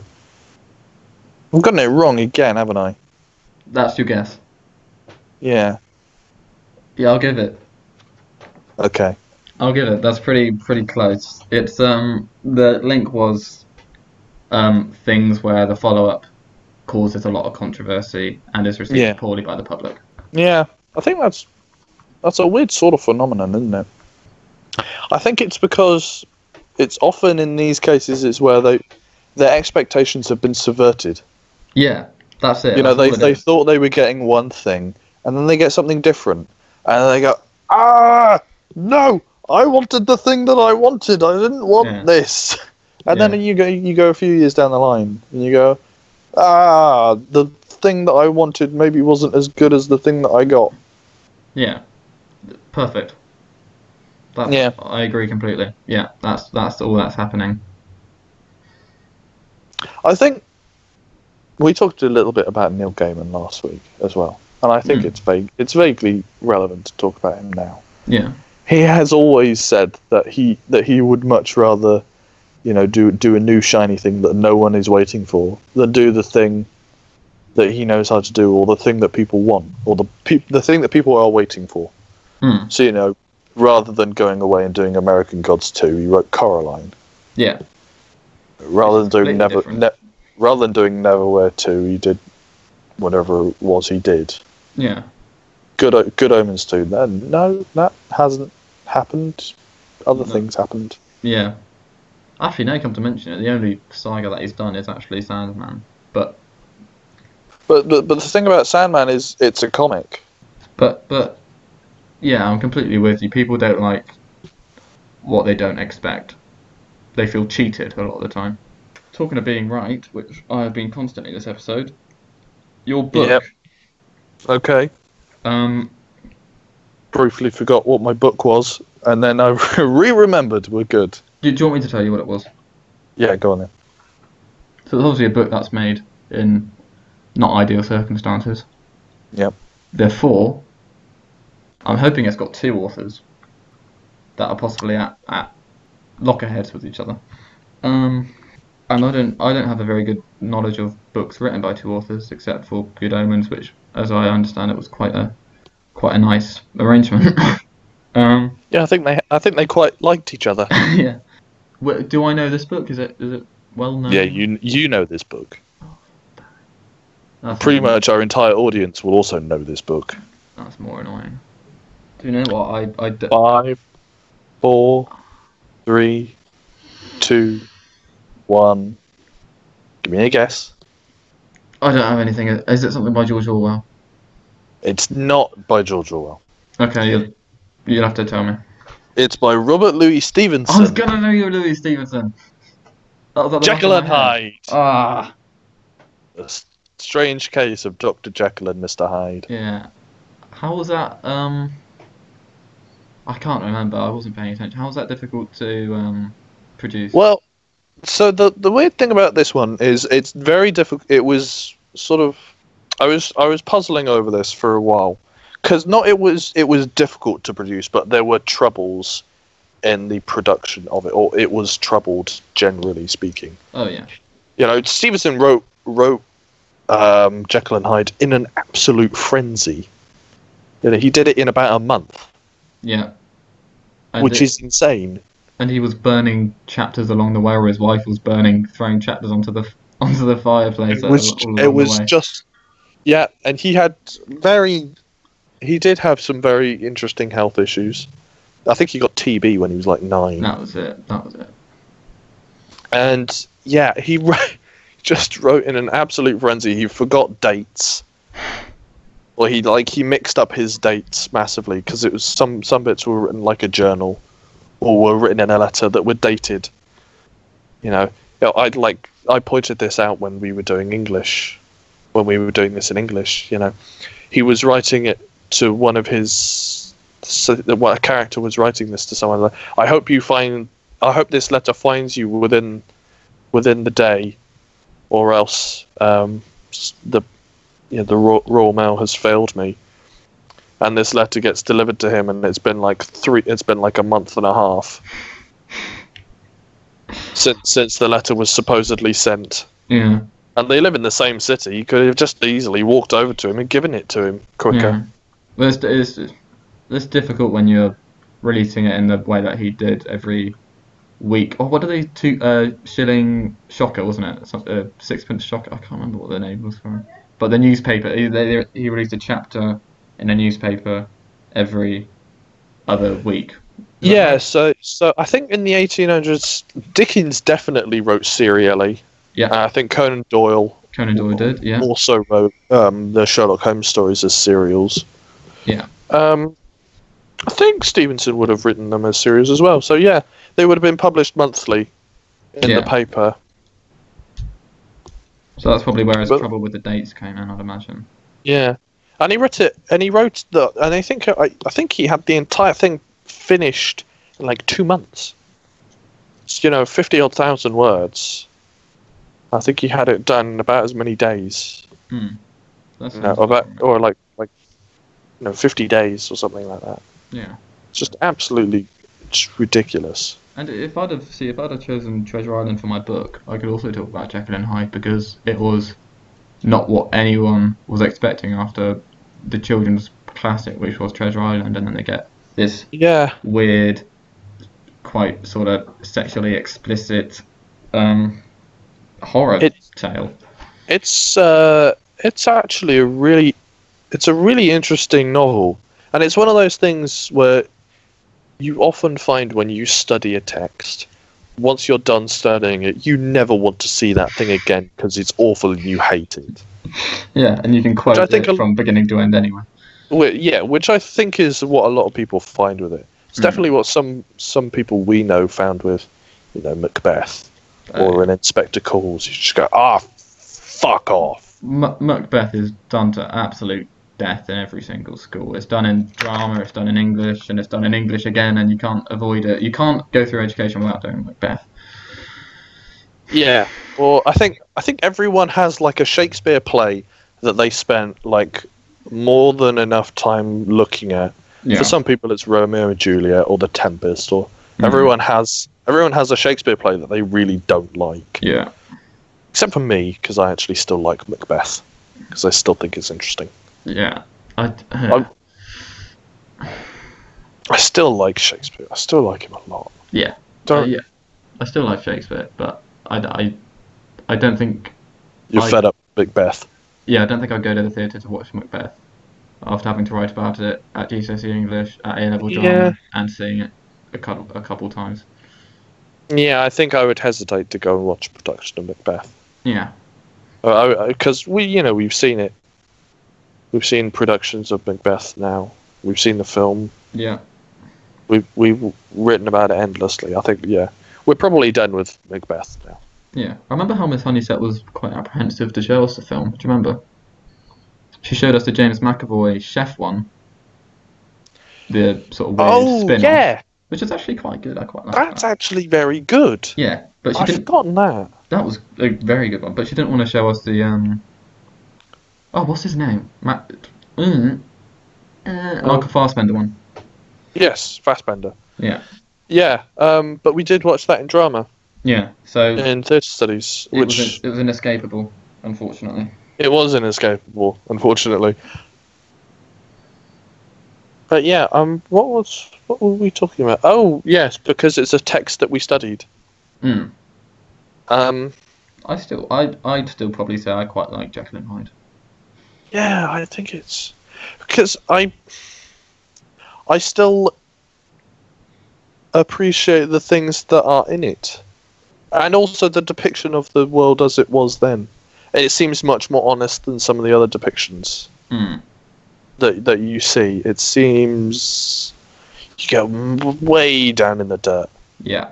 I've gotten it wrong again, haven't I?
That's your guess.
Yeah.
Yeah, I'll give it.
Okay.
I'll give it. That's pretty pretty close. It's um the link was um things where the follow up causes a lot of controversy and is received
Yeah.
poorly by the public.
Yeah. I think that's that's a weird sort of phenomenon, isn't it? I think it's because it's often in these cases it's where they their expectations have been subverted.
Yeah, that's it.
you know,
that's
they
all it
they
is.
thought they were getting one thing, and then they get something different, and they go, ah, no, I wanted the thing that I wanted. I didn't want
Yeah.
this. And
Yeah.
then you go you go a few years down the line, and you go, ah, the thing that I wanted maybe wasn't as good as the thing that I got.
Yeah. Perfect. That's,
Yeah.
I agree completely. Yeah, that's that's all that's happening.
I think we talked a little bit about Neil Gaiman last week as well, and I think
Mm.
it's vague. It's vaguely relevant to talk about him now.
Yeah.
he has always said that he that he would much rather you know do do a new shiny thing that no one is waiting for than do the thing that he knows how to do or the thing that people want or the pe- the thing that people are waiting for
Hmm.
so you know rather than going away and doing American Gods 2 he wrote Coraline
Yeah.
rather than doing
Completely
never
different.
ne- rather than doing Neverwhere 2 he did whatever it was he did
Yeah.
good O- good omens 2 then no that hasn't happened other
No.
things happened
Yeah. Actually, now you come to mention it, the only saga that he's done is actually Sandman. But
But, but but the thing about Sandman is it's a comic.
but but yeah, I'm completely with you. People don't like what they don't expect. They feel cheated a lot of the time. Talking of being right, which I have been constantly this episode, your book.
Yep. Okay.
Um,
Briefly forgot what my book was, and then I <laughs> re-remembered. We're good.
do, do you want me to tell you what it was?
Yeah, go on then.
So it's obviously a book that's made in not ideal circumstances.
Yep.
Therefore, I'm hoping it's got two authors that are possibly at, at lockerheads with each other. Um, and I don't I don't have a very good knowledge of books written by two authors except for Good Omens, which, as I understand it, was quite a quite a nice arrangement. <coughs> um, <coughs>
Yeah, I think they I think they quite liked each other.
yeah. Wh- Do I know this book? Is it is it well
<laughs>
known?
yeah, you you know this book.
That's-
Pretty much our entire audience will also know this book.
That's more annoying. Do you know what? I, I d-
Five, four, three, two, one. Give me a guess.
I don't have anything. Is it something by George Orwell?
It's not by George Orwell.
Okay, you'll, you'll have to tell me.
It's by Robert Louis Stevenson.
I was gonna know you were Louis Stevenson. That was at the back
Jekyll
of
and
my head.
Hyde.
Ah,
A s- strange case of Dr. Jekyll and Mr. Hyde.
yeah. How was that? Um, I can't remember. I wasn't paying attention. How was that difficult to um produce?
Well, so the the weird thing about this one is it's very difficult. It was sort of I was I was puzzling over this for a while because not it was it was difficult to produce, but there were troubles in the production of it, or it was troubled generally speaking.
Oh yeah.
you know, Stevenson wrote wrote um, Jekyll and Hyde in an absolute frenzy. You know, he did it in about a month,
Yeah. And
which
it-
is insane.
and he was burning chapters along the way, or his wife was burning, throwing chapters onto the onto the fireplace.
It
uh, all-
was
all along the
it was
way.
just yeah, and he had very he did have some very interesting health issues. I think he got TB when he was like nine,
that was it. That was it.
and yeah, he <laughs> wrote, just wrote in an absolute frenzy. He forgot dates. Well, he like he mixed up his dates massively because it was some some bits were written like a journal, or were written in a letter that were dated. You know, You know, I'd like I pointed this out when we were doing English, when we were doing this in English. You know, he was writing it to one of his so that what a character was writing this to someone. Like, I hope you find. I hope this letter finds you within within the day, or else um, s- the you know, the Ro- Royal Mail has failed me. And this letter gets delivered to him, and it's been like three. It's been like a month and a half since since the letter was supposedly sent.
Yeah.
And they live in the same city. You could have just easily walked over to him and given it to him quicker.
Yeah. Well, it's, it's, it's difficult when you're releasing it in the way that he did every week. Oh, what are they? Two uh, shilling shocker, wasn't it? Some, uh, sixpence shocker. I can't remember what the name was for it. But the newspaper. He, they, he released a chapter in a newspaper every other week.
Yeah. So so I think in the 1800s, Dickens definitely wrote serially.
Yeah.
Uh, I think Conan Doyle
Conan Doyle did. Yeah.
also wrote um, the Sherlock Holmes stories as serials.
Yeah.
Um, I think Stevenson would have written them as serials as well. So yeah, they would have been published monthly in
Yeah.
the paper.
So that's probably where his
But-
trouble with the dates came in, I'd imagine.
Yeah, and he wrote it, and he wrote the, and I think I, I think he had the entire thing finished in like two months. It's, you know, fifty odd thousand words. I think he had it done in about as many days.
That's
you know,
Mm.
about or like like you know, fifty days or something like that.
yeah.
It's just absolutely it's ridiculous.
And if I'd have see if I'd have chosen Treasure Island for my book, I could also talk about Jekyll and Hyde because it was not what anyone was expecting after the children's classic, which was Treasure Island, and then they get this
Yeah,
weird, quite sort of sexually explicit um, horror
It-
tale.
it's uh, it's actually a really it's a really interesting novel, and it's one of those things where you often find when you study a text, once you're done studying it, you never want to see that thing again because it's awful and you hate it.
Yeah, and you can quote
I think
it
a-
from beginning to end anyway.
Wh- yeah, which I think is what a lot of people find with it. It's
Mm.
definitely what some some people we know found with, you know, Macbeth or an Inspector Calls. You just go, ah, fuck off.
M- Macbeth is done to absolute death in every single school. It's done in drama, it's done in English, and it's done in English again, and you can't avoid it. You can't go through education without doing Macbeth.
Yeah. Or I think I think everyone has like a Shakespeare play that they spent like more than enough time looking at.
Yeah.
For some people, it's Romeo and Juliet or The Tempest. Or
Mhm.
everyone has everyone has a Shakespeare play that they really don't like.
Yeah.
except for me because I actually still like Macbeth because I still think it's interesting.
Yeah. I, uh,
I'm- I still like Shakespeare. I still like him a lot.
yeah.
Don't
I, yeah. I still like Shakespeare, but I, I, I don't think.
you're
I-
fed up with Macbeth?
Yeah, I don't think I'd go to the theatre to watch Macbeth after having to write about it at GCSE E English, at A level drama,
Yeah.
and seeing it a couple, a couple times.
Yeah, I think I would hesitate to go and watch a production of Macbeth Uh,
Yeah.
because we, you know, we've seen it. We've seen productions of Macbeth now. We've seen the film.
Yeah.
We've we've written about it endlessly. I think yeah, we're probably done with Macbeth now.
Yeah, I remember how Miss Honeysett was quite apprehensive to show us the film. Do you remember? She showed us the James McAvoy chef one, the sort of weird
oh
spin-off,
yeah,
which is actually quite good. I quite like
that's
that.
actually very good.
Yeah, but she
I've
didn't.
forgotten that.
That was a very good one, but she didn't want to show us the um. Oh, what's his name? Matt. Mm, uh,
Oh.
Michael Fassbender one.
Yes, Fassbender.
Yeah,
Yeah, um, but we did watch that in drama
yeah. So
in theatre studies,
it,
Uh, which
was, it was inescapable, unfortunately.
It was inescapable, unfortunately. But yeah, um, what was what were we talking about? Oh yes, because it's a text that we studied.
Mm.
Um,
I still, I, I'd still probably say I quite like Jacqueline Hyde.
yeah, I think it's because I I still appreciate the things that are in it, and also the depiction of the world as it was then. It seems much more honest than some of the other depictions.
Mm.
that that you see. It seems you go m- way down in the dirt.
Yeah,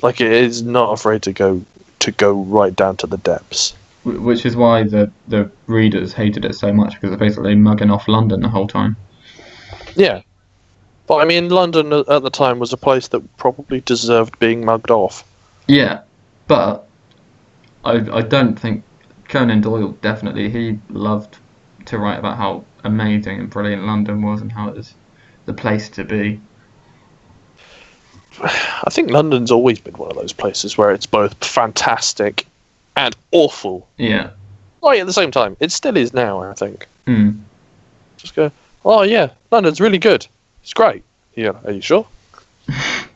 Like it is not afraid to go to go right down to the depths.
Wh- which is why the the readers hated it so much because they're basically mugging off London the whole time.
Yeah, but I mean, London a- at the time was a place that probably deserved being mugged off. <sighs>
Yeah, but I I don't think Conan Doyle definitely he loved to write about how amazing and brilliant London was and how it was the place to be.
I think London's always been one of those places where it's both fantastic and awful.
Yeah.
Like at the same time, it still is now. I think.
Mm.
Just go. Oh yeah, London's really good. It's great. Yeah. Are you sure?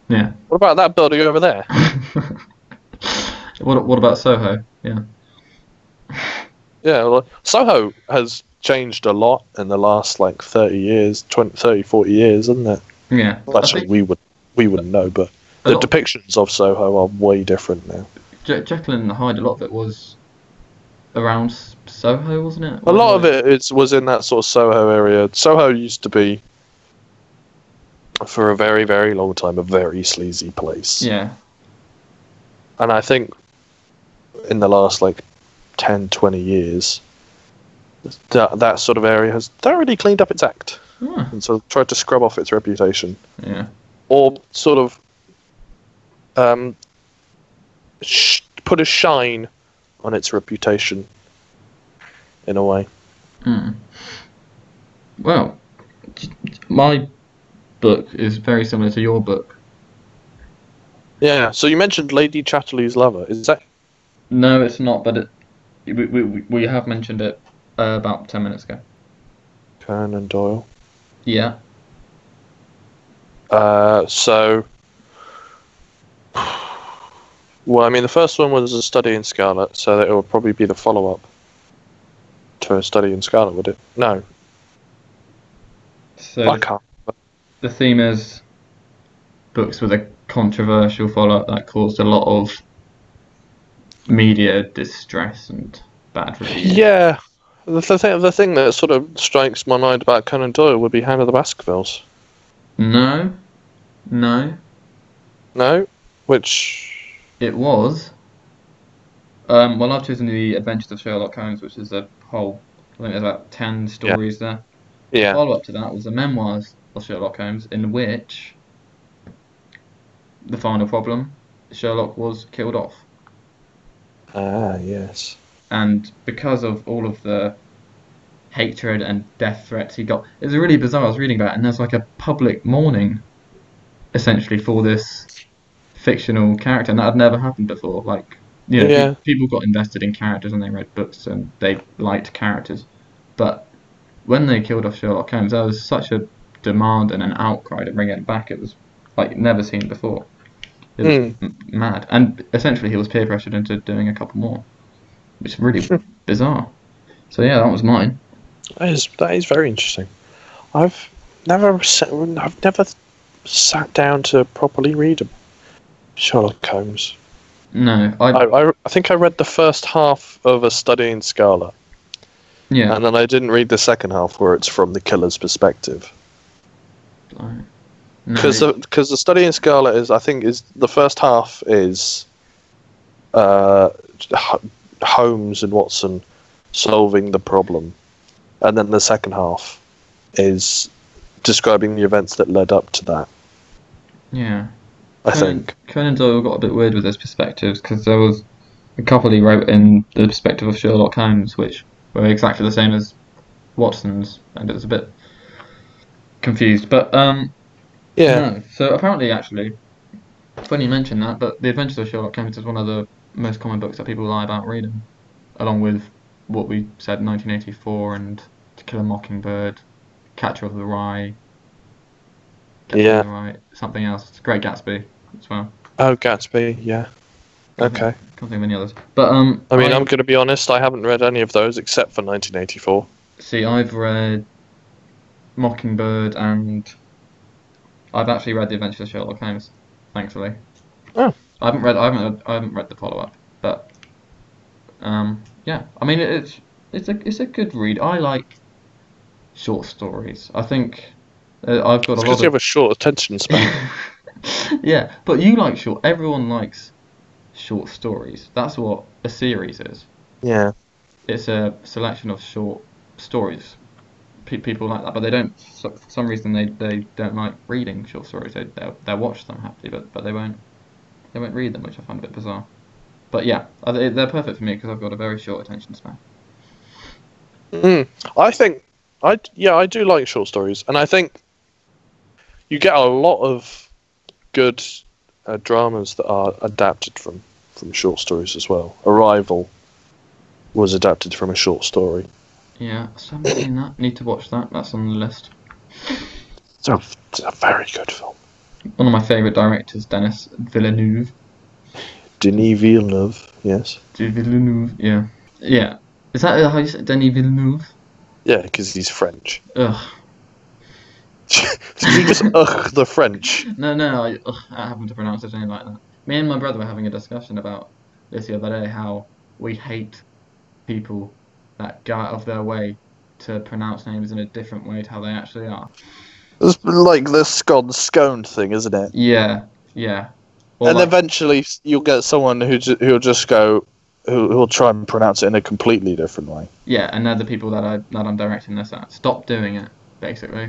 Yeah.
What about that building over there?
<laughs> What what about Soho? Yeah.
Yeah, well, Soho has changed a lot in the last like 30 years, 20, 30, 40 years, isn't it?
Yeah.
Well,
I
actually,
think
we would we wouldn't know, but
a
the
lot of-
depictions of Soho are way different now.
Ja- Jekyll and Hyde, a lot of it was around S- Soho, wasn't it?
A lot of it is, was in that sort of Soho area. Soho used to be, for a very very long time, a very sleazy place,
Yeah.
and I think in the last like 10, 20 years, that that sort of area has thoroughly cleaned up its act
Ah,
and so tried to scrub off its reputation.
yeah.
or sort of um, sh- put a shine on its reputation in a way.
Mm. Well, my book is very similar to your book.
Yeah. So you mentioned Lady Chatterley's lover. Is that?
No, it's not, but it, we, we, we have mentioned it uh, about 10 minutes ago.
Conan Doyle.
Yeah.
Uh, so, well, I mean, the first one was a study in Scarlet, so that it would probably be the follow-up to a study in Scarlet, would it? No,
So
I can't.
the theme is books with a controversial follow up that caused a lot of media distress and bad reviews.
Yeah. The, the, thing, the thing that sort of strikes my mind about Conan Doyle would be Hand of the Baskervilles.
No. No.
No, which
It was. Um, well, I've chosen the Adventures of Sherlock Holmes, which is a whole. I think there's about ten stories there.
yeah,
Follow up to that was the Memoirs of Sherlock Holmes, in which the final problem, Sherlock was killed off,
ah yes,
and because of all of the hatred and death threats he got, it's really bizarre. I was reading about, it, and there's like a public mourning, essentially for this fictional character, and that had never happened before. Like, you know, pe-
Yeah.
people got invested in characters and they read books and they liked characters, but when they killed off Sherlock Holmes, there was such a demand and an outcry to bring it back. It was like never seen before. It was
Mm.
m- mad, and essentially he was peer pressured into doing a couple more, which is really bizarre. So yeah, that was mine.
that is that is very interesting. I've never sat, I've never sat down to properly read them. Sherlock Holmes.
No, I,
I, I, I think I read the first half of A Study in Scarlet,
yeah.
and then I didn't read the second half where it's from the killer's perspective.
I-
because
No,
because the study in Scarlet is I think is the first half is uh, H- Holmes and Watson solving the problem, and then the second half is describing the events that led up to that.
yeah.
I
Conan,
think
Conan Doyle got a bit weird with his perspectives because there was a couple he wrote in the perspective of Sherlock Holmes, which were exactly the same as Watson's, and it was a bit confused. But um,
yeah.
no. So apparently, actually, funny you mention that, but The Adventures of Sherlock Holmes is one of the most common books that people lie about reading, along with what we said, 1984 and To Kill a Mockingbird, Catcher of the Rye. Catcher of
Yeah.
the Rye, something else. Great Gatsby as well.
Oh, Gatsby. Yeah.
Hmm.
Okay.
Can't think of any others. But um,
I mean, I'm going to be honest. I haven't read any of those except for 1984.
see, I've read Mockingbird, and I've actually read The Adventures of Sherlock Holmes, thankfully.
Oh.
I haven't read. I haven't. Read, I haven't read the follow up, but um, yeah. I mean, it- it's it's a it's a good read. I like short stories. I think uh, I've got a lot
Because
of.
you have a short attention
<laughs>
span.
yeah, but you like short. Everyone likes short stories. That's what a series is.
yeah.
it's a selection of short stories. Pe- people like that, but they don't. So, for some reason, they, they don't like reading short stories. They they'll, they'll watch them happily, but but they won't they won't read them, which I find a bit bizarre. But yeah, uh, they- they're perfect for me because I've got a very short attention span.
Mm, I think I d- yeah I do like short stories, and I think you get a lot of good uh, dramas that are adapted from from short stories as well. Arrival was adapted from a short story.
Yeah, so I haven't seen that. Need to watch that. That's on the list.
It's a, it's a very good film.
One of my favorite directors, Denis Villeneuve.
Denis Villeneuve, yes,
De Villeneuve. Yeah. Yeah. Is that how you say it? Denis Villeneuve?
yeah, because he's French. <laughs>
Ugh.
Did you just ugh the French?
No, no, I, ugh, I happen to pronounce his name like that. Me and my brother were having a discussion about this the other day how we hate people that go out of their way to pronounce names in a different way to how they actually are.
It's like the scone scone thing, isn't it?
Yeah, yeah. Or
and
like-
eventually you'll get someone who ju- who'll just go who, who'll try and pronounce it in a completely different way.
yeah, and they're the people that I that I'm directing this at. Stop doing it, basically.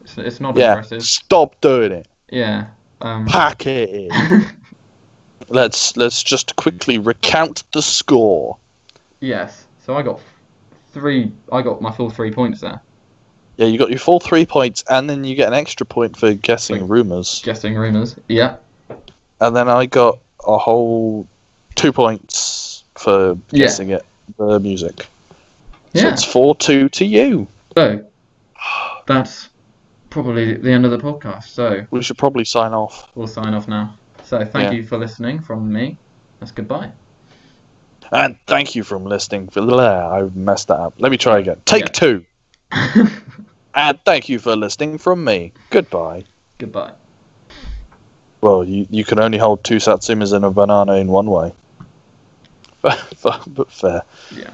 It's, it's not
yeah,
impressive.
stop doing it.
Yeah. Um, <laughs>
Pack it in. let's let's just quickly recount the score.
yes. So I got f- three. I got my full three points there.
Yeah, you got your full three points, and then you get an extra point for guessing
Wait.
rumors.
Guessing rumors. Yeah.
And then I got a whole two points for
Yeah.
guessing it. The music. So
Yeah.
it's four two to you.
So, that's probably the end of the podcast. So,
We should probably sign off.
we'll sign off now. So, thank
Yeah.
you for listening from me. That's goodbye. <laughs>
And thank you from listening. For I messed that up. Let me try again. Take
Yeah.
two. And thank you for listening from me. Goodbye.
goodbye.
Well, you, you can only hold two satsumas and a banana in one way. <laughs> but fair.
Yeah.